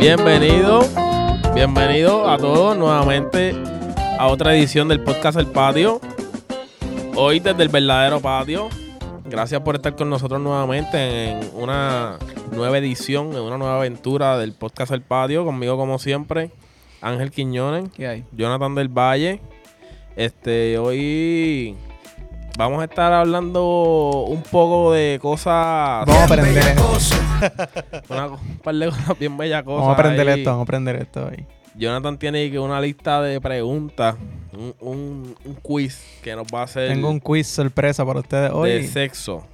Bienvenido, bienvenido a todos nuevamente a otra edición del podcast El Patio. Hoy desde el verdadero patio. Gracias por estar con nosotros nuevamente en una nueva edición, en una nueva aventura del podcast El Patio. Conmigo como siempre, Ángel Quiñones, ¿Qué hay? Jonathan del Valle. Este, hoy vamos a estar hablando un poco de cosas, Vamos a aprender esto. una, un par de cosas bien bellas cosas. Vamos a aprender ahí. esto, vamos a aprender esto ahí. Jonathan tiene que una lista de preguntas, un, un- un quiz que nos va a hacer Tengo un quiz sorpresa para ustedes de hoy. sexo.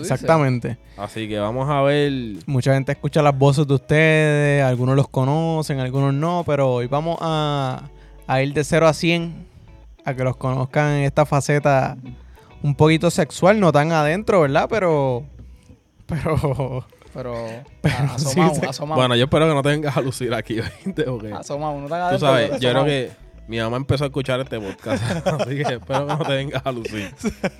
Exactamente. Así que vamos a ver. Mucha gente escucha las voces de ustedes, algunos los conocen, algunos no, pero hoy vamos a, a ir de 0 a 100 a que los conozcan en esta faceta un poquito sexual, no tan adentro, ¿verdad? Pero... Pero... Pero, Pero a- Ah, sí asomamos, se- asomamos. Bueno, yo espero que no te vengas a lucir aquí, ¿oíste? Porque asomamos, no tan tú adentro, sabes, pero yo creo asomamos. que mi mamá empezó a escuchar este podcast. así que espero que no te vengas a lucir.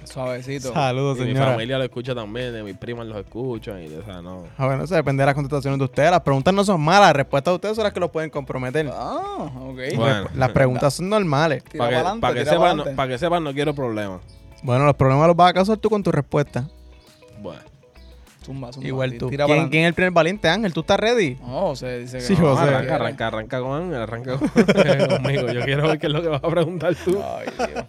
Suavecito. Saludos, Y mi señora. familia lo escucha también, de mis primas los escuchan y o sea, no. Ah, bueno, eso depende de las contestaciones de ustedes. Las preguntas no son malas, las respuestas de ustedes son las que los pueden comprometer. Ah, ok. Bueno. Las preguntas son normales. Tira Para que, pa'lante, para que tira sepas, no, pa'lante. para que sepas, no quiero problemas. Bueno, los problemas los vas a causar tú con tu respuesta. Bueno, Zumba, zumba, Igual ti- tú. Tira ¿Quién, pa'lante. quién es el primer valiente, Ángel? ¿Tú estás ready? No, José dice que Sí, no. No, José. arranca, arranca, arranca con arranca con- conmigo. Yo quiero ver qué es lo que vas a preguntar tú. Ay, Dios.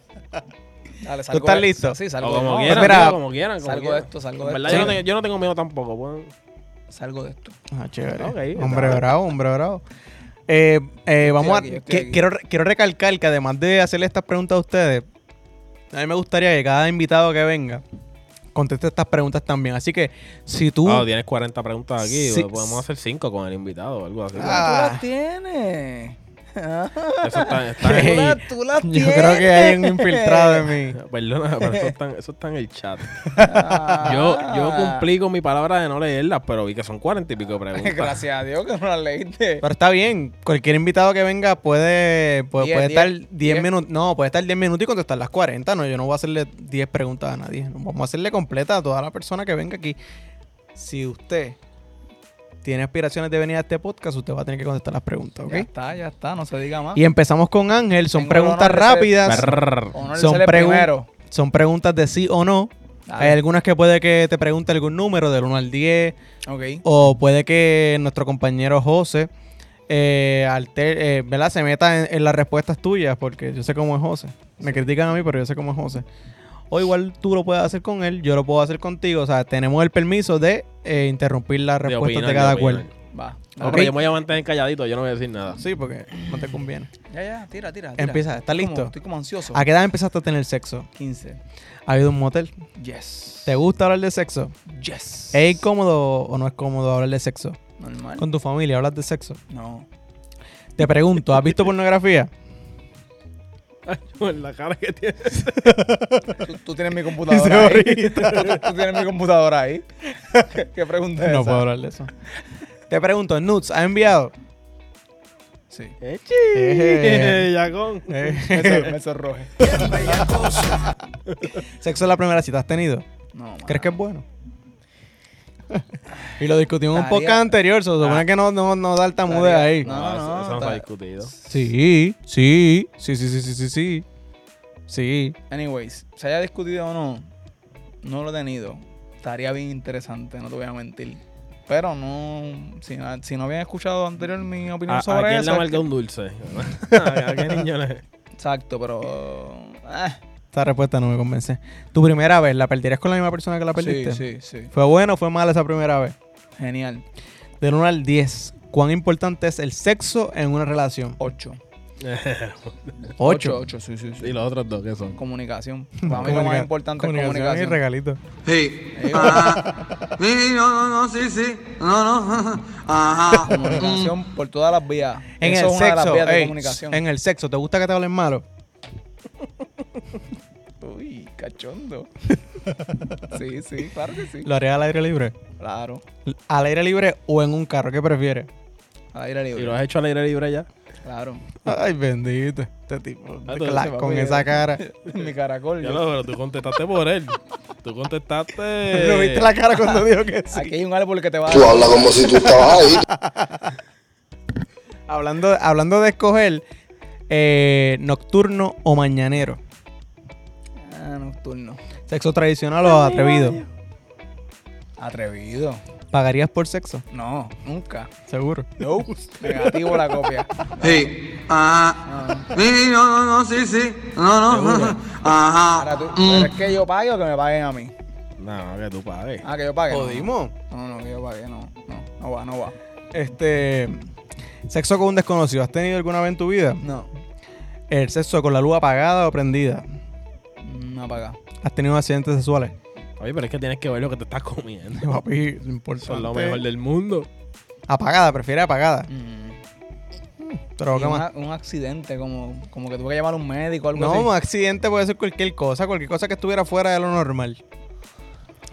Dale, salgo ¿Tú estás de- listo? Sí, O salgo como de- no, quieran, espera. mira, como quieran. como Salgo de quieran. esto, salgo En de verdad, esto. yo, no tengo, yo no tengo miedo tampoco. pues. pueden- Salgo de esto. Ah, chévere. Ok, está hombre bien. bravo, hombre bravo. Eh, eh, vamos aquí, a. yo estoy que- aquí. quiero, re- quiero recalcar que además de hacerle estas preguntas a ustedes, a mí me gustaría que cada invitado que venga conteste estas preguntas también. Así que si tú. Ah, tienes 40 preguntas aquí. pues, Sí. Podemos hacer 5 con el invitado o algo así. Ah. Tú las tienes. Eso está, está en- Ey, Tú las- tú las yo creo que hay un infiltrado en mí. Perdona, pero eso está, en- eso está en el chat. Ah. Yo, yo cumplí con mi palabra de no leerlas, pero vi que son 40 y pico de preguntas. Gracias a Dios que no las leíste. Pero está bien, cualquier invitado que venga puede, puede, Diez, puede diez, estar 10 diez. minutos. No, puede estar 10 minutos y contestar las 40. No, yo no voy a hacerle 10 preguntas a nadie. Vamos a hacerle completa a toda la persona que venga aquí. Si usted tiene aspiraciones de venir a este podcast, usted va a tener que contestar las preguntas, ¿ok? Ya está, ya está, no se diga más. Y empezamos con Ángel. Son Tengo el preguntas honor de ser- rápidas. Brrr. Honor de Son ser el pregun- primero. Son preguntas de sí o no. Dale. Hay algunas que puede que te pregunte algún número del 1 al 10. Ok. O puede que nuestro compañero José eh, alter- eh, ¿verdad? se meta en, en las respuestas tuyas, porque yo sé cómo es José. Me critican a mí, pero yo sé cómo es José. O igual tú lo puedes hacer con él, yo lo puedo hacer contigo. O sea, tenemos el permiso de eh, interrumpir las De respuestas de, opinar, cada de cual. opinar. Va. No, Ok. pero yo me voy a mantener calladito, yo no voy a decir nada. Sí, porque no te conviene. Ya, ya, tira, tira. tira. Empieza, ¿estás Estoy como- listo? estoy como ansioso. ¿A qué edad empezaste a tener sexo? 15. ¿Ha ido a un motel? Yes. ¿Te gusta hablar de sexo? Yes. ¿Es incómodo o no es cómodo hablar de sexo? Normal. ¿Con tu familia hablas de sexo? No. Te pregunto, ¿has visto pornografía? En la cara que tiene. Tú, tú tienes mi computadora ahí. tú, tú tienes mi computadora ahí. ¿Qué pregunta es No esa? puedo hablar de eso. Te pregunto, ¿Nuts ha enviado? Sí. Eh. Yacón. Me, sor- me sorroje. Sexo es la primera cita, ¿has tenido? No, mano. ¿Crees que es bueno? y lo discutimos en un Estaría- podcast anterior, se supone Ah. que no, no, no da altamude Estaría- ahí. No, No, eso, no, eso no se está- ha discutido. Sí, sí, sí, sí, sí, sí, sí, sí. Sí. Anyways, se haya discutido o no, no lo he tenido. Estaría bien interesante, no te voy a mentir. Pero no, si, no- si no habían escuchado anterior mi opinión ¿A, a sobre quién le eso. es amarga un dulce? ¿A qué niño le.? que- Exacto, pero. eh, Esta respuesta no me convence. ¿Tu primera vez la perderías con la misma persona que la sí, sí, perdiste? sí. ¿Fue buena o fue mala esa primera vez? Genial. Del 1 al 10, ¿cuán importante es el sexo en una relación? 8. 8, 8. 8, sí, sí, sí. Y los otros dos, ¿qué son? Comunicación. Para mí lo más importante es y comunicación. regalito. Sí. Ahí va. Ajá. Sí, no, no, no, sí, sí. No, no. Ajá. Comunicación por todas las vías. En Eso el es una de las sexo, vías de ey, comunicación. en el sexo, ¿te gusta que te hablen malo? Uy, cachondo. sí, sí, claro que sí. ¿Lo harías al aire libre? Claro. ¿Al aire libre o en un carro? ¿Qué prefieres? Al aire ¿Y libre. lo has hecho al aire libre ya? Claro. Ay, bendito. Este tipo. Ah, tú cla- dices, con papi, esa eh. cara. Mi caracol. Ya yo- lo, pero tú contestaste por él. Tú contestaste. ¿No viste la cara cuando dijo que sí? Aquí hay un árbol que te va a Tú dar. hablas como si tú estabas ahí. Hablando, hablando de escoger eh, nocturno o mañanero. Ah, nocturno. Sexo tradicional o atrevido. Atrevido. ¿Pagarías por sexo? No, nunca. Seguro. Nope. Negativo la copia. Sí. Ah. Ajá. Sí, no, no, no, sí, sí. No, no. Ahora Ajá. Mm. tú, ¿pero es que yo pague o que me paguen a mí? No, que tú pagues. Ah, que yo pague. No, Jodimos. No, no, que yo pague, no. No, no va, no va. Este. Sexo con un desconocido. ¿Has tenido alguna vez en tu vida? No, El sexo con la luz apagada o prendida. Mm, no paga. ¿Has tenido accidentes sexuales? Oye, pero es que tienes que ver lo que te estás comiendo. Papi, lo importante. Eso es lo mejor del mundo. Apagada, prefiere apagada. Mm. Pero Y ¿qué un, más? a- un accidente, como, como que tuve que llamar a un médico o algo No, un así. accidente puede ser cualquier cosa, cualquier cosa que estuviera fuera de lo normal.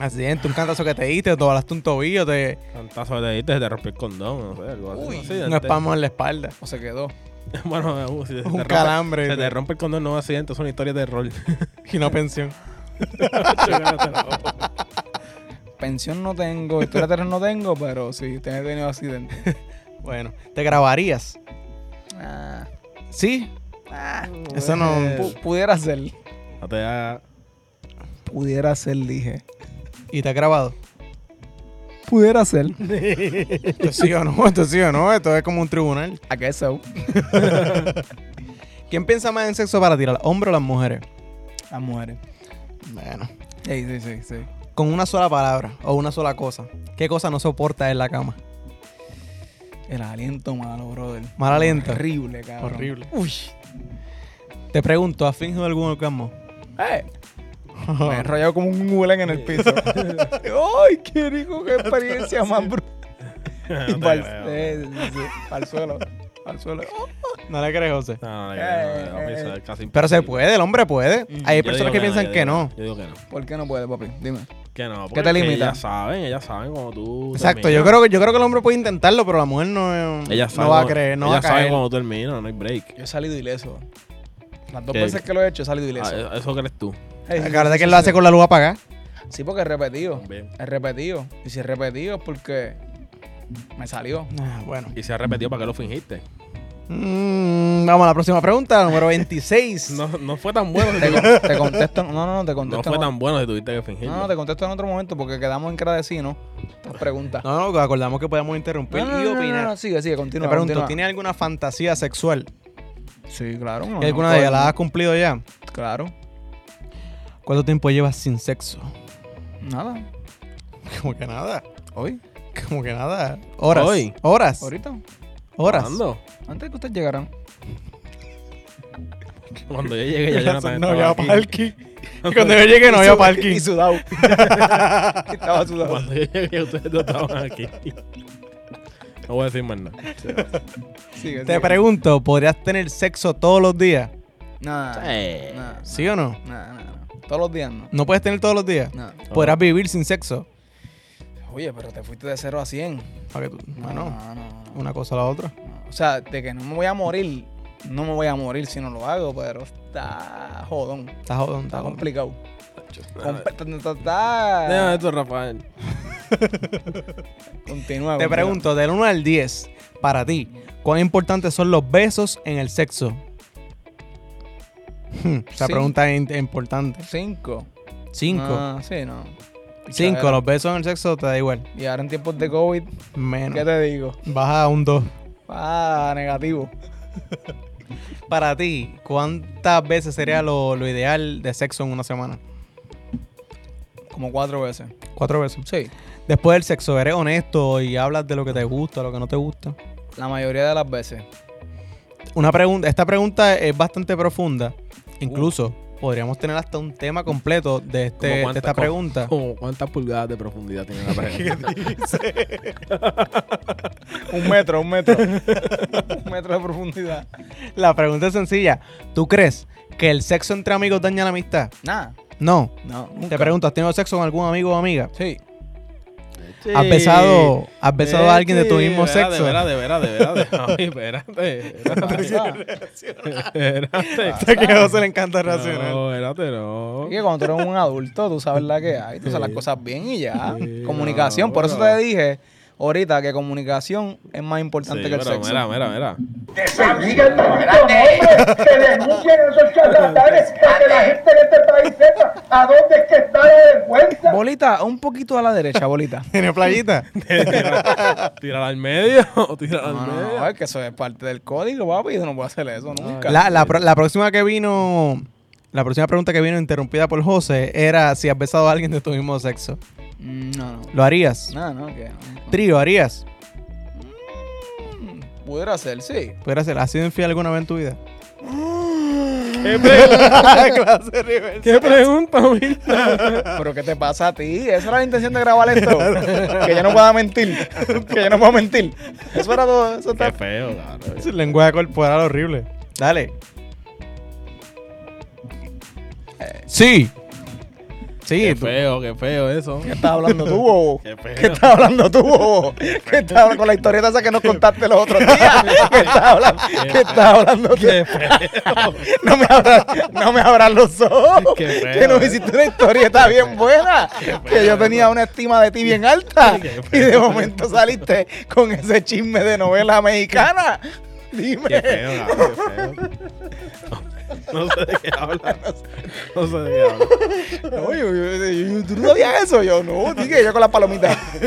Accidente, un cantazo que te diste, te balaste un tobillo, te Tantazo de te, te rompió el condón, no sé, algo así. Uy, no un espasmo en la espalda. O se quedó. Bueno, uh, si se te Un rompe- calambre. Se te rompe el condón, no es accidente, son historias de rol. Y una pensión. Pensión no tengo, historia de terror no tengo, pero sí, te- he tenido accidente. Bueno, ¿te grabarías? Ah, Sí. Eso no. pu- pudiera ser. No te da- Pudiera ser, dije. ¿Y te has grabado? Pudiera ser. Esto sí o no, esto sí o no, esto es como un tribunal. ¿A qué eso? ¿Quién piensa más en sexo para tirar, hombres o las mujeres? Las mujeres. Bueno. Sí, sí, sí, sí. Con una sola palabra o una sola cosa. ¿Qué cosa no soporta en la cama? El aliento malo, brother. Mal aliento. Horrible, cabrón. Horrible. Uy. Te pregunto, ¿has fingido algún orgasmo? Eh, Me he enrollado como un gulen en el piso. ¡Ay, qué rico! ¡Qué experiencia más brutal! No te Pa'l- creo. eh, sí, sí, Al suelo. Al suelo. Oh, No le crees, José. No, no, no, no, no, no, no, eso es casi Pero se imposible. puede, el hombre puede. Hay Yo digo personas que no, piensan yo que digo no. Yo digo que no. ¿Por qué no puede, papi? Dime. Que no. ¿Qué te porque es que limita? Ellas saben, ellas saben cuando tú. Exacto, terminas. yo creo, que, yo creo que el hombre puede intentarlo, pero la mujer no, eh, Ellas no saben va a cuando- creer, no va a ellas saben caer. cuando termina, no hay break. Yo he salido ileso. Las dos ¿Qué? veces que lo he hecho, he salido ileso. Ah, eso crees tú. Ey, sí, La verdad sí, que él sí, lo sí. hace con la luz apagada. Sí, porque es repetido. También. Es repetido. Y si es repetido es porque me salió. Ah, bueno. Y se ha repetido para que lo fingiste. Mm, vamos a la próxima pregunta, número 26. No, no fue tan bueno. si Te, tú- con- te contesto. No, no, no, te no contesto. fue tan bueno si tuviste que fingirlo. No, no, te contesto en otro momento porque quedamos en cara de sí, ¿no? Estas preguntas. No, no, acordamos que podíamos interrumpir y no, opinar. no, sigue, sigue, continúa. Te pregunto, continúa. ¿tiene alguna fantasía sexual? Sí, claro. no, ¿Y alguna no, de ellas la todo- has cumplido ya? Claro. ¿Cuánto tiempo llevas sin sexo? Nada. Como que nada. Hoy, Como que nada. Horas. Hoy. Horas. ahorita. Horas. ¿Cuándo? Antes de que ustedes llegaran. Cuando yo llegué ya Jonathan no estaba había aquí. parking. Cuando yo llegué no había parking. Y sudado. Estaba sudado. Cuando yo llegué ustedes no estaban aquí. No voy a decir más nada. Sigue, Te sigue. pregunto, ¿podrías tener sexo todos los días? Nada. Nada. ¿Sí o no? Nada, nada, nada. Todos los días no. ¿No puedes tener todos los días? Nada. ¿Podrás vivir sin sexo? Oye, pero te fuiste de 0 a 100. Para que tú- Bueno, no, no, no. una cosa a la otra. O sea, de que no me voy a morir, no me voy a morir si no lo hago, pero está jodón. Está jodón, está Está jodón. complicado. Compa- ta- ta- Déjame ta- ta- Ah. esto, Rafael. Continúa. Te continúa. pregunto, del 1 al 10, para ti, ¿cuán importantes son los besos en el sexo? Hmm, Esa Sí. pregunta es in- importante. Cinco. 5. Ah, sí, no. 5, Pichadera. los besos en el sexo te da igual. Y ahora en tiempos de COVID, ¿qué Menos. te digo? Baja a un 2. Ah, negativo. Para ti, ¿cuántas veces sería lo, lo ideal de sexo en una semana? Como cuatro veces. Cuatro veces. Sí. Después del sexo, ¿eres honesto y hablas de lo que te gusta, lo que no te gusta? La mayoría de las veces. Una pregunta, esta pregunta es bastante profunda. Uh. Incluso podríamos tener hasta un tema completo de, este, ¿Cómo de cuántas- esta cómo- pregunta. cómo ¿Cuántas pulgadas de profundidad tiene la pregunta? Un metro, un metro. un metro de profundidad. La pregunta es sencilla. ¿Tú crees que el sexo entre amigos daña la amistad? Nada. No. No. Te pregunto, ¿has tenido sexo con algún amigo o amiga? Sí. ¿Has besado, has besado a alguien de tu mismo sexo? De veras, de veras, de veras. Ay, espérate. Ah. Espérate. Espérate. Sé este que a José le encanta reaccionar. Ah, No, espérate, no. Y que cuando tú eres un adulto, tú sabes la que hay, tú sabes las cosas bien y ya. Sí, comunicación, no, por eso pero- te dije ahorita que comunicación es más importante que el pero sexo. Mira, mira, mira. que se digan los hombres, que denuncien esos charlatanes para que la gente de este país sepa a dónde es que está la vergüenza. Bolita, un poquito a la derecha, bolita. ¿Tiene playita? Tírala- Tírala al medio. Tírala No, al no, medio. no, es que eso es parte del código, papi. Yo no puedo hacer eso nunca. La, la pro- la próxima que vino... La próxima pregunta que vino interrumpida por José era si has besado a alguien de tu mismo sexo. Mm, No, no. ¿Lo harías? No, no, que no. Trío, ¿harías? Mm, Pudiera ser, sí. ¿Pudieras ser? ¿Has sido infiel alguna vez en tu vida? ¿Qué, pre- Clase reversa. qué pregunta, Milton? Pero ¿qué te pasa a ti? Esa era la intención de grabar esto. que yo no pueda mentir. que yo no pueda mentir. Eso era todo. Eso Qué está... feo, claro. Es el lenguaje corporal horrible. Dale. Eh, Sí. Sí, Qué tú- feo, qué feo eso. ¿Qué estás hablando tú, bobo? Qué ¿Qué feo. estás hablando tú, bobo? ¿Qué estás hablando con la historieta esa que nos contaste los otros días? ¿Qué estás hablando? ¿Qué estás hablando tú? Qué feo. No me abras, no me abras los ojos. Qué feo, que nos eh. hiciste una historieta bien buena. que yo tenía una estima de ti bien alta. Qué feo. Y de momento saliste con ese chisme de novela mexicana. Dime. Qué feo, cabrón, qué feo. No sé de qué habla. No sé de qué habla. No, yo- yo- yo- ¿Tú no sabías eso? Yo no, dije yo con las palomitas. No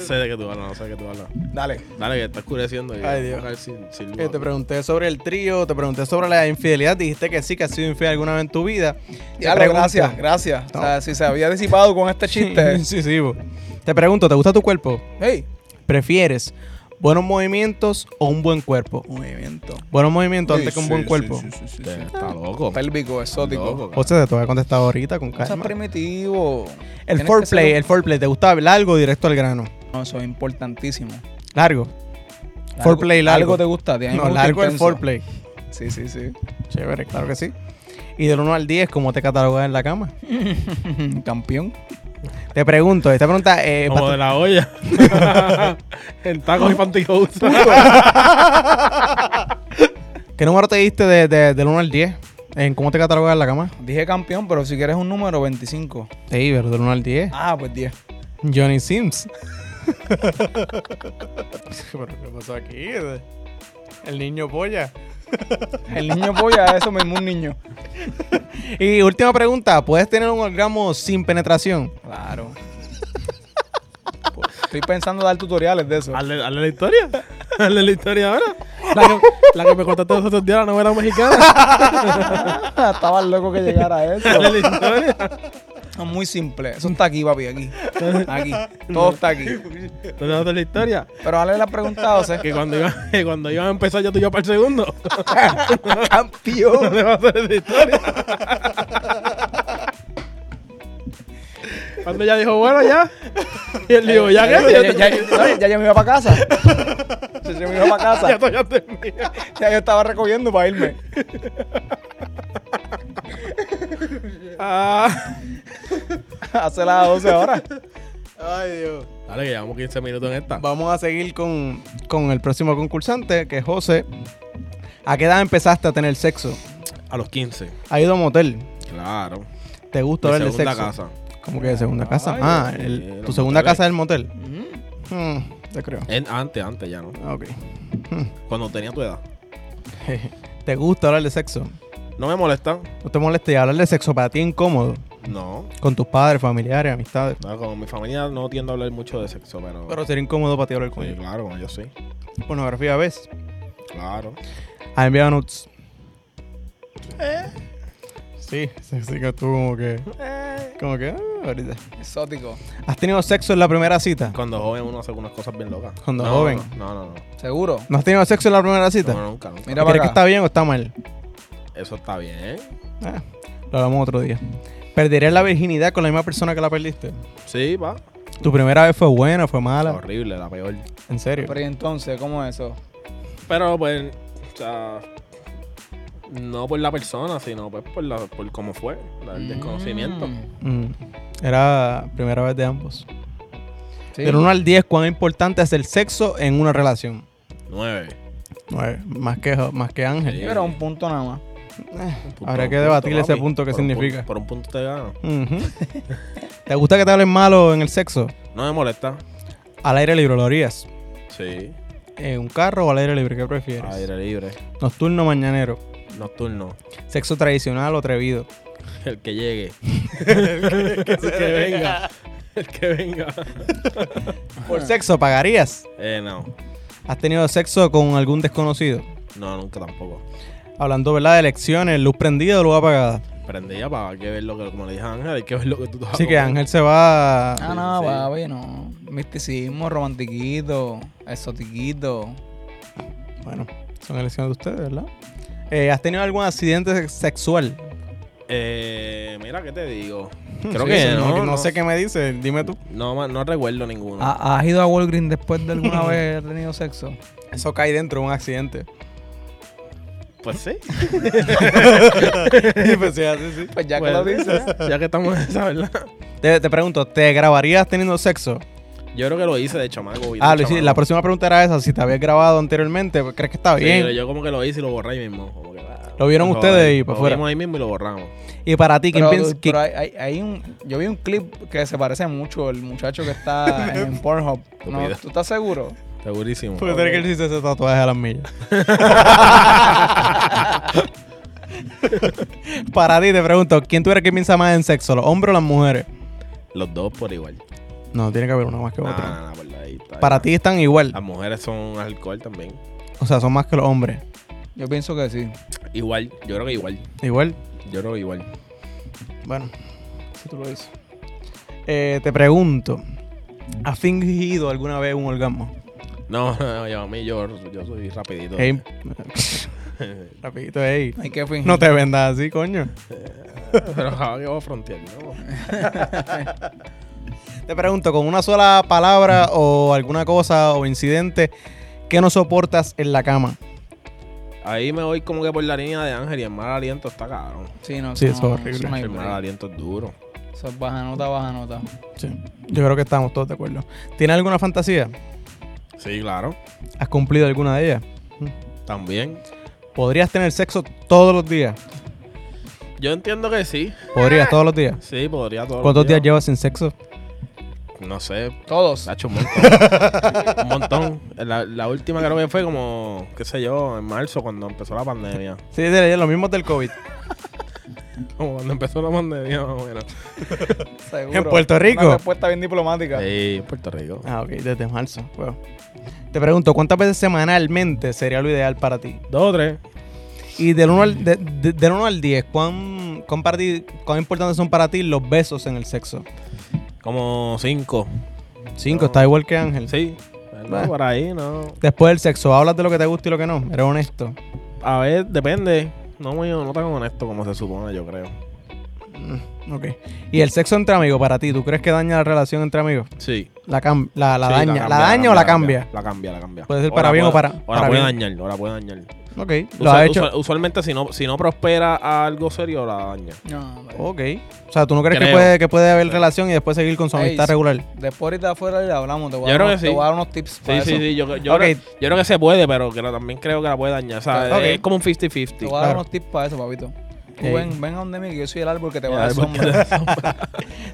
sé de qué tú hablas, no sé de qué tú hablas. Dale. Dale, que está oscureciendo. y Ay, Dios. voy a caer sin- sin luz Eh, te acá. pregunté sobre el trío, te pregunté sobre la infidelidad, dijiste que sí, que has sido infiel alguna vez en tu vida. Te Ya, pregunto- gracias, gracias. O sea, si se había disipado con este chiste. sí, sí, bo. Te pregunto, ¿te gusta tu cuerpo? Hey, ¿Prefieres buenos movimientos o un buen cuerpo? movimiento. Buenos movimientos Sí, antes que un sí, buen sí, cuerpo. sí, sí, sí, sí. Está loco. Pélvico, exótico. Loco, O sea, te voy a contestar ahorita con Eso es calma. primitivo. Tienes El que foreplay, ser- el foreplay, ¿te gusta largo o directo al grano? No, eso es importantísimo. Largo. Largo- Foreplay largo. Algo te gusta, te No, largo el foreplay. Sí, sí, sí. Chévere, claro que sí. Y del 1 al 10, ¿cómo te catalogas en la cama? Campeón. Te pregunto, esta pregunta eh, es Como de bastante- la olla. en tacos y pantyhose. ¿Qué número te diste de, de- del 1 al 10? ¿En cómo te catalogas en la cama? Dije campeón, pero si quieres un número, 25. Sí, pero del 1 al 10. Ah, pues 10. Johnny Sims. ¿Pero qué pasó aquí? El niño polla. El niño polla, eso mismo un niño. Y última pregunta, ¿puedes tener un orgasmo sin penetración? Claro. Estoy pensando dar tutoriales de eso. Hazle, hazle la historia. Hazle la historia ahora. La que, la que me contaste los otros días, la novela mexicana. Estaba loco que llegara a eso. Hazle la historia. Es muy simple. Eso está aquí, papi, aquí. Aquí. Todo está aquí. Entonces, hazle la historia. Pero dale la pregunta, o sea, Que cuando iba, que cuando iba a empezar, yo te iba para el segundo. campeón. ¿Dónde va a ser esa historia? Cuando ella dijo, bueno, ya. Y él dijo, ya Ya, que ya, ya, ya- ya yo me iba para casa. Ya yo me iba para casa. Ya estoy ya terminé. Ya yo estaba recogiendo para irme. Ah. Hace las 12 horas. Ay, Dios. Dale, que llevamos 15 minutos en esta. Vamos a seguir con, con el próximo concursante, que es José. ¿A qué edad empezaste a tener sexo? A los 15. ¿Ha ido a motel? Claro. ¿Te gusta Mi hablar de segunda sexo? casa. ¿Cómo que de segunda casa? Ay, ah, sí, el- los tu segunda moteles. casa es el motel. Mm, te creo. En- antes, antes ya, ¿no? Ah, Ok. Cuando tenía tu edad. ¿Te gusta hablar de sexo? ¿No me molesta? ¿No te molesta y hablar de sexo para ti incómodo? No. Con tus padres, familiares, amistades. No, con mi familia no tiendo a hablar mucho de sexo, pero. Pero sería incómodo para ti hablar con Sí, ellos. claro, con ellos sí. Pornografía, ¿ves? Claro. Ha enviado nudes. ¿Eh? Sí, sí, sí que tú como que... ¿Eh? Como que... ah, ahorita. Exótico. ¿Has tenido sexo en la primera cita? Cuando joven uno hace unas cosas bien locas. Cuando No, joven. No, no, no. no. Seguro. ¿No has tenido sexo en la primera cita? No, nunca, nunca. Mira, ¿Crees para que acá. está bien o está mal? Eso está bien. Ah, lo hablamos otro día. ¿Perderías la virginidad con la misma persona que la perdiste? Sí, va. ¿Tu primera vez fue buena, fue mala? Horrible, la peor. ¿En serio? Pero ¿y entonces, ¿cómo es eso? Pero pues, o sea, no por la persona, sino pues por, la, por cómo fue, la- el desconocimiento. Mm. Mm, Era primera vez de ambos. Sí. Del 1 al 10, ¿cuán importante es el sexo en una relación? 9. Nueve, más que, más que Ángel. Sí. Pero un punto nada más. Habrá que debatir ese punto, ¿qué significa? por un punto te gano. Ujú. ¿Te gusta que te hablen malo en el sexo? No me molesta. Al aire libre lo harías. Sí. ¿En un carro o al aire libre? ¿Qué prefieres? Aire libre. Nocturno o mañanero. Nocturno. Sexo tradicional o atrevido. El que llegue. el que, venga. El que venga. ¿Por sexo pagarías? Eh, no. ¿Has tenido sexo con algún desconocido? No, nunca tampoco. Hablando, ¿verdad? De elecciones, luz prendida o luz apagada. Prendía para hay que ver lo que, como le dije a Ángel, hay que ver lo que tú te vas a Así que comer. Ángel se va... Ah, Sí, no, sí. papi, no. Misticismo, romantiquito, exotiquito. Bueno, son elecciones de ustedes, ¿verdad? Eh, ¿Has tenido algún accidente sex- sexual? Eh, mira, ¿qué te digo? Creo Sí, que sí, no, no, sé qué Ah. me dice, dime tú. No, ma- no recuerdo ninguno. ¿Ha- ¿Has ido a Walgreens después de alguna vez haber tenido sexo? Eso cae dentro de un accidente. Pues sí. Pues sí, así sí. Pues ya Pues, que lo dices. Ya que estamos en esa, ¿verdad? Te, te pregunto, ¿te grabarías teniendo sexo? Yo creo que lo hice de chamaco. y de Ah, Luis, chamaco. la próxima pregunta era esa. Si te habías grabado anteriormente, pues, ¿crees que está Sí, bien? pero yo como que lo hice y lo borré ahí mismo. como que, ah, Lo vieron joder, ustedes y pa' Lo fuera. vimos ahí mismo y lo borramos. Y para ti, ¿quién Pero, piensa tú- que pero hay, hay- hay un, yo vi un clip que se parece mucho al muchacho que está en Pornhub. No, Estúpido. ¿Tú estás seguro? Segurísimo. puede ser que él hiciese ese tatuaje a las millas? para ti, te pregunto, ¿quién tú eres que piensa más en sexo, los hombres o las mujeres? Los dos por igual. No, tiene que haber una más que Nah, otra. nah, nah, por ahí está, ahí Para está. ti están igual, Las mujeres son alcohol también. o sea, son más que los hombres. Yo pienso que sí. Igual, yo creo que igual. Igual, Yo creo que igual. bueno. Si tú lo dices. Eh, te pregunto, ¿has fingido alguna vez un orgasmo? No, no, yo a mí yo, yo soy rapidito. Ey, rapidito, ey. Hay que fingir. No te vendas así, coño. Pero ahora que voy a frontear, ¿no? Te pregunto, con una sola palabra o alguna cosa o incidente, ¿qué no soportas en la cama? Ahí me voy como que por la línea de Ángel y el mal aliento está cabrón. Sí, no, Sí, no, eso es no, horrible. no hay el mal break. aliento es duro. Eso es baja nota, baja nota. Sí, yo creo que estamos todos de acuerdo. ¿Tienes alguna fantasía? Sí, claro. ¿Has cumplido alguna de ellas? También. ¿Podrías tener sexo todos los días? Yo entiendo que sí. ¿Podrías todos los días? Sí, podría todo. ¿Cuántos días llevas sin sexo? No sé. Todos. Se ha hecho un montón. un montón. La, la última creo que fue como, qué sé yo, en marzo cuando empezó la pandemia. Sí, de lo mismo del COVID. Como cuando empezó la pandemia, más o menos. Seguro. ¿En Puerto Rico? Una respuesta bien diplomática. Sí, Puerto Rico. Ah, ok, desde marzo. wow. Te pregunto, ¿cuántas veces semanalmente sería lo ideal para ti? Dos o tres. Y del 1 al, de- de- del uno al 10, ¿cuán, cuán, para ti- cuán importantes son para ti los besos en el sexo? Como cinco. 5, No. está igual que Ángel. Sí. No, Ah. por ahí, no. Después del sexo, ¿hablas de lo que te gusta y lo que no? Eres honesto. A ver, depende. No, muy, no tan honesto como se supone, yo creo. Mm, ok. ¿Y el sexo entre amigos para ti? ¿Tú crees que daña la relación entre amigos? Sí. ¿La, cam- la, la Sí, daña? ¿La, daña o la cambia? La cambia, la cambia. Puede ser O para la bien o puede- para- O la para puede bien. dañar, o la puede dañar. Ok, lo Usual- has hecho. usual- usualmente, si no, si no prospera a algo serio, la daña. No, pero- Ok. O sea, ¿tú no crees que Creo. puede, que puede haber relación y después seguir con su Ey, amistad sí. regular? Después ahorita afuera le hablamos. Te voy, Yo a dar creo unos, que te sí. voy a dar unos tips Sí, para sí, eso. sí. Yo, yo, Ok. creo, yo creo que se puede, pero que la- también creo que la puede dañar. O sea, Ok. es como un Te 50-50. voy a dar claro. unos tips para eso, papito. Tú Ey. ven, ven a donde mí que yo soy el árbol que te va a Ya, dar porque- sombra.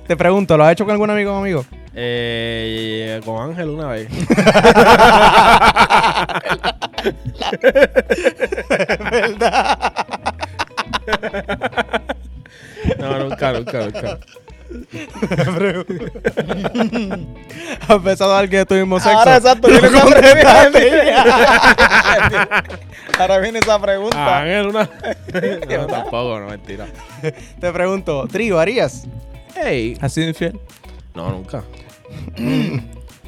Te pregunto, ¿lo has hecho con algún amigo o amigo? Eh, con Ángel una vez. No, nunca, nunca, nunca. ¿Has besado a alguien de tu mismo sexo? Ahora exacto, viene esa pregunta. Ahora viene esa Ah, pregunta. Ángel una No, tampoco, no, mentira. Te pregunto, ¿trío harías? Ey. ¿Has sido infiel? No, nunca.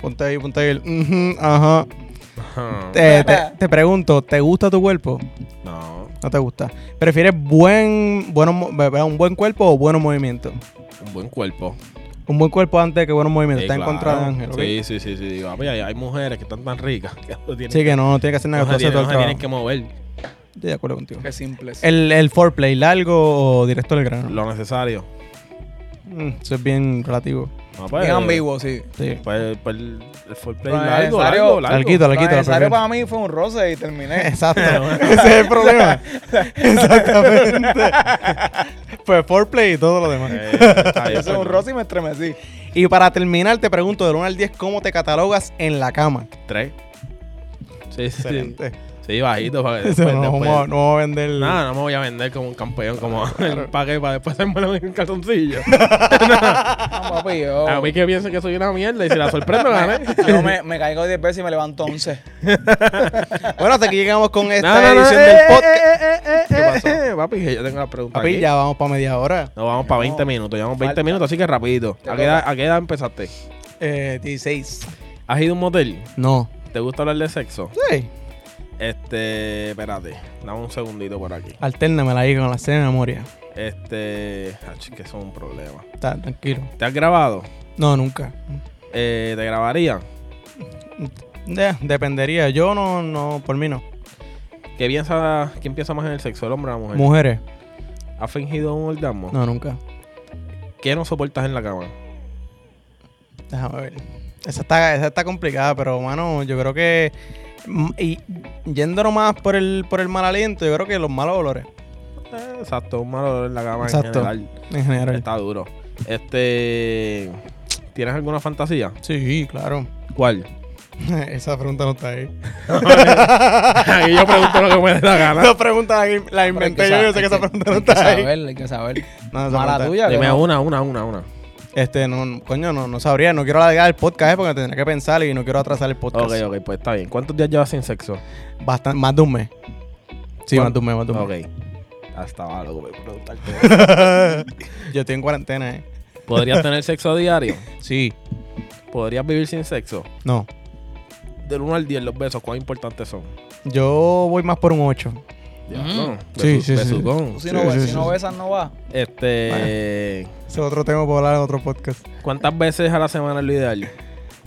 Ponte ahí, ponte ahí. el, ujú, ajá. Ah, Te, te- te pregunto, ¿te gusta tu cuerpo? No, No te gusta. ¿Prefieres buen, buenos mo- ve- ve- un buen cuerpo o buenos movimientos? un buen cuerpo. Un buen cuerpo antes que buenos movimientos. Sí, Está claro. en contra de Ángel, ¿ok? Sí, Sí, sí, sí, sí. digo, papi, hay, hay mujeres que están tan ricas que no tienen, que no, no tiene que hacer nada. no que se hacer tienen, todo el no se tienen que trabajo. mover. Estoy de acuerdo contigo. Qué simples. ¿El, el foreplay largo o directo al grano? Lo necesario. Mm, Eso es bien relativo. Ah, pues, eh, Bien ambiguo, sí. Sí. Pues, pues, el el foreplay Lo largo, necesario- largo, largo. Larguito. Te la Lo quito, la necesario primera. para mí fue un roce y terminé. Exacto. Ese es el problema. Exactamente. Pues foreplay y todo lo demás. Eh, está bien, Yo soy un pues, roce y me estremecí. Y para terminar, te pregunto del 1 al 10, ¿cómo te catalogas en la cama? Tres. Sí, sí, sí. Excelente. Sí, bajito. Para que Eso después, no, después- vamos a, no vamos a vender. Nada, no me voy a vender como un campeón, como para que para después hacerme un calzoncillo. Ah, No, Ah, papi, yo, A mí que piensen que soy una mierda y si la sorprendo, gané. yo me, me caigo 10 veces y me levanto 11. Bueno, hasta aquí llegamos con esta No, no, no, edición eh, del eh, podcast. ¿Qué pasó? Papi, que yo tengo la pregunta. Papi, aquí. ya vamos para media hora. No, vamos para 20 minutos, llevamos 20 Falta. minutos, así que rapidito. Te ¿A qué, edad, a qué edad empezaste? Eh, 16. ¿Has ido a un motel? No. ¿Te gusta hablar de sexo? Sí. Este, espérate, dame un segundito por aquí. Altérnamela ahí con la cena de memoria. Este, ach, que son un problema. Está tranquilo. ¿Te has grabado? No, nunca. Eh, ¿Te grabaría? Ya, dependería. Yo no, no, por mí no. ¿Qué piensa, ¿Quién piensa más en el sexo, el hombre o la mujer? Mujeres. ¿Has fingido un orgasmo? No, nunca. ¿Qué no soportas en la cama? Déjame ver. Esa está, esa está complicada, pero mano, yo creo que. mm, Y yéndonos más por el, por el mal aliento, yo creo que los malos olores. Eh, exacto, un mal olor en la cama Exacto. en general. En general. Está duro. Este, ¿tienes alguna fantasía? Sí, claro. ¿Cuál? esa pregunta no está ahí. Aquí yo pregunto lo que me dé la gana. Esa pregunta ahí la inventé yo, yo sé que esa pregunta no está Hay que ahí. saber, hay que saber. No, esa Mala pregunta- tuya. que Dime no. una, una, una, una. Este, no, no, coño, no, no sabría. No quiero alargar el podcast eh, porque tendría que pensar y no quiero atrasar el podcast. Ok, ok, pues está bien. ¿Cuántos días llevas sin sexo? Bastan- más de un mes. Sí, ¿Cuán- más de un mes, más de un mes. Ok. Hasta estaba loco por preguntarte. Yo estoy en cuarentena, eh. ¿Podrías tener sexo diario? Sí. ¿Podrías vivir sin sexo? No. Del 1 al 10, los besos, ¿cuán importantes son? Yo voy más por un 8. Diablo. Sí, Besu- sí, sí. besucón. Tú si no, Sí, ves- sí, si sí, no sí. besas, no va. Este. Ese es otro tema para hablar en otro podcast. ¿Cuántas veces a la semana es lo ideal?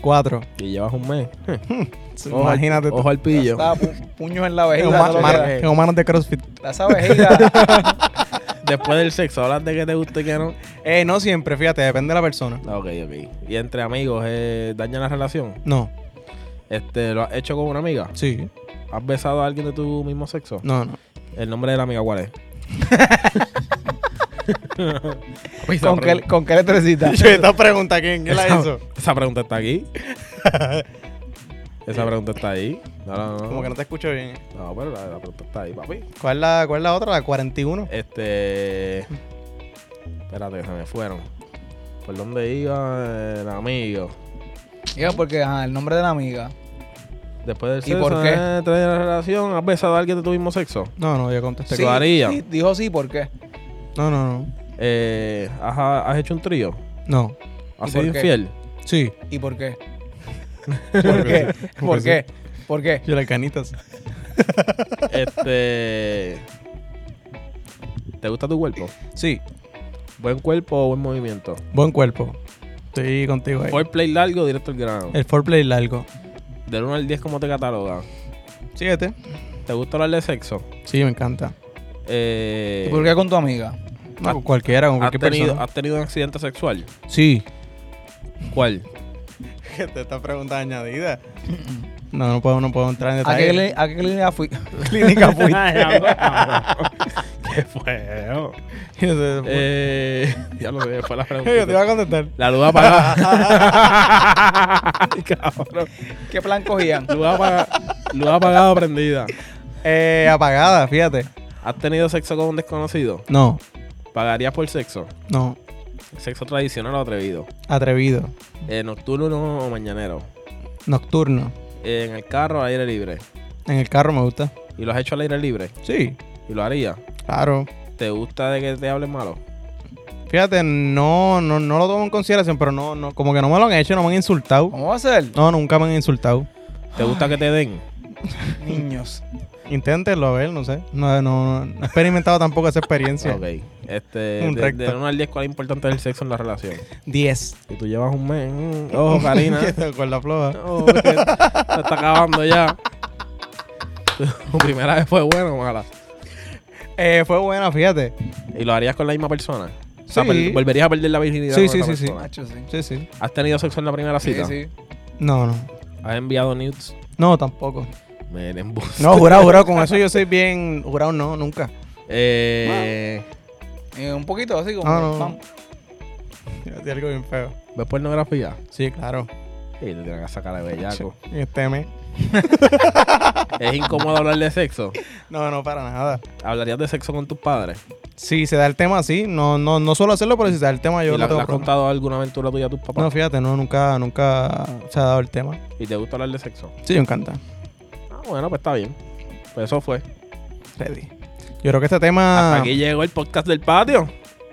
4. Que llevas un mes. Ojo al- Imagínate tú. Ojo al pillo. Está pu- puños en la Tengo vejiga. ma- todo lo ma- eh. que da. tengo manos de CrossFit. Esa vejiga. Después del sexo, hablas de que te gusta y que no. Eh, no siempre, fíjate, depende de la persona. Ok, ok. ¿Y entre amigos eh, daña la relación? No, Este, ¿Lo has hecho con una amiga? sí. ¿Has besado a alguien de tu mismo sexo? No, no. ¿El nombre de la amiga cuál es? Esa ¿Con qué, pregunta- ¿Con qué letrecita? Esta pregunta, ¿quién, quién la hizo? Esa pregunta está aquí. Esa pregunta está ahí. No, no, no. Como que no te escucho bien. No, pero la, la pregunta está ahí, papi. ¿Cuál es la, cuál es la otra? La 41. Este. Espérate, que se me fueron. ¿Por dónde iba el amigo? Digo, porque ajá, el nombre de la amiga. Después del ¿Y sexo, por qué? eh, ¿te daña la relación? ¿Has besado a alguien de tu mismo sexo? No, no, yo contesté. Sí. Teclaría. di- dijo sí, ¿por qué? No, no, no. Eh, ¿has, has hecho un trío? No. ¿Has ¿Y sido por qué? infiel? Sí. ¿Y por qué? ¿Por qué? ¿Por qué? ¿Por qué? Yo las canitas. Este. ¿Te gusta tu cuerpo? Sí. ¿Buen cuerpo o buen movimiento? Buen cuerpo. Estoy contigo ahí. play largo, directo al grano. El foreplay largo. Del 1 al 10, ¿cómo te catalogas? Síguete. ¿Te gusta hablar de sexo? Sí, me encanta. Eh, ¿Y por qué con tu amiga? No, con cualquiera, con ¿has, cualquier tenido, persona. has tenido un accidente sexual? Sí. ¿Cuál? Esta pregunta añadida. No, no puedo, no puedo entrar en ¿A qué, detalle. cli- a qué clínica, fui- clínica fuiste? ¡Qué feo! Yo te- Eh, ya lo sé, fue la yo te iba pregunta. a contestar. La luz apagada. Cabrón. ¿Qué plan cogían? Luz apagada, luz apagada prendida. Eh, apagada, fíjate. ¿Has tenido sexo con un desconocido? No, ¿Pagarías por sexo? no. ¿Sexo tradicional o atrevido? Atrevido. Eh, ¿Nocturno o mañanero? Nocturno. Eh, ¿En el carro al aire libre? En el carro me gusta. ¿Y lo has hecho al aire libre? Sí, ¿Y lo haría? claro. ¿Te gusta de que te hablen malo? Fíjate, no, no, no lo tomo en consideración, pero no, no, como que no me lo han hecho, no me han insultado. ¿Cómo va a ser? No, nunca me han insultado. ¿Te gusta que te den? Niños. Inténtenlo a ver, no sé. No, no, no he experimentado tampoco esa experiencia. Ok. Este, Un de, recto. de 1 al 10, ¿cuál es importante el sexo en la relación? 10. Si tú llevas un mes. mm, Ojo, Karina. Con la floja. Ojo, que se está acabando ya. Tu primera vez fue buena o mala. Eh, fue buena, fíjate. ¿Y lo harías con la misma persona? O sea, Sí. per- volverías a perder la virginidad. Sí, con sí, esa sí, sí. persona. Macho, sí. Sí, sí. ¿Has tenido sexo en la primera Sí, cita? sí. No, no. ¿Has enviado nudes? No, tampoco. Me No, jurado, jurado. Con eso yo soy bien. Jurado, no, nunca. Eh, Eh, un poquito así como. Ah, no. pam. Yo algo bien feo. ¿Ves pornografía? Sí, claro. Sí, te tienen que sacar de bellaco. Y este mes. ¿Es incómodo hablar de sexo? No, no, para nada. ¿Hablarías de sexo con tus padres? Si se da el tema, sí. No, no, no suelo hacerlo, pero si se da el tema, yo ¿Y le lo has le tengo. has problema. contado alguna aventura tuya a tus papás? No, fíjate, no, nunca, nunca se ha dado el tema. ¿Y te gusta hablar de sexo? Sí, me encanta. Ah, bueno, pues está bien. Pues eso fue. Ready. Yo creo que este tema. Hasta aquí llegó el podcast del patio.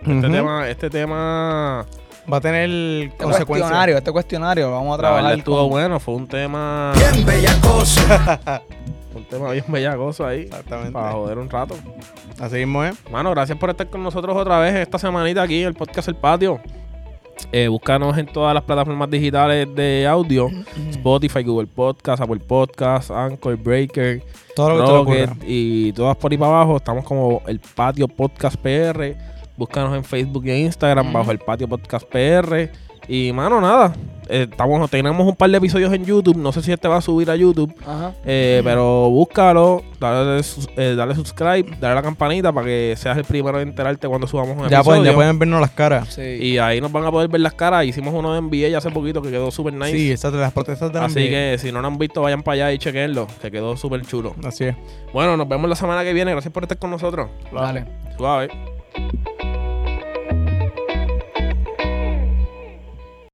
Ujú. Este tema, este tema, va a tener Este consecuencias. cuestionario, este cuestionario, vamos a la verdad trabajar. estuvo con- bueno, fue un tema, un tema bien bellagoso ahí, Exactamente. para joder un rato. Así mismo ¿eh? es. Mano, gracias por estar con nosotros otra vez esta semanita aquí en el podcast El Patio. Eh, búscanos en todas las plataformas digitales de audio, Spotify, Google Podcast, Apple Podcast, Anchor, Breaker, Todo lo que te Rocket ocurra. y todas por ahí para abajo. Estamos como El Patio Podcast PR. Búscanos en Facebook y en Instagram bajo El Patio Podcast PR. Y mano, nada. eh, estamos, tenemos un par de episodios en YouTube. No sé si este va a subir a YouTube. Ajá. Eh, pero búscalo, dale, sus- eh, dale subscribe, dale a la campanita para que seas el primero en enterarte cuando subamos un Ya episodio. pueden, ya pueden vernos las caras. Sí. Y ahí nos van a poder ver las caras. Hicimos uno de NBA ya hace poquito que quedó súper nice. Sí, esas de las protestas de la Así NBA. que si no lo han visto, vayan para allá y chequenlo, que quedó súper chulo. Así es. Bueno, nos vemos la semana que viene. Gracias por estar con nosotros. Vale. Suave.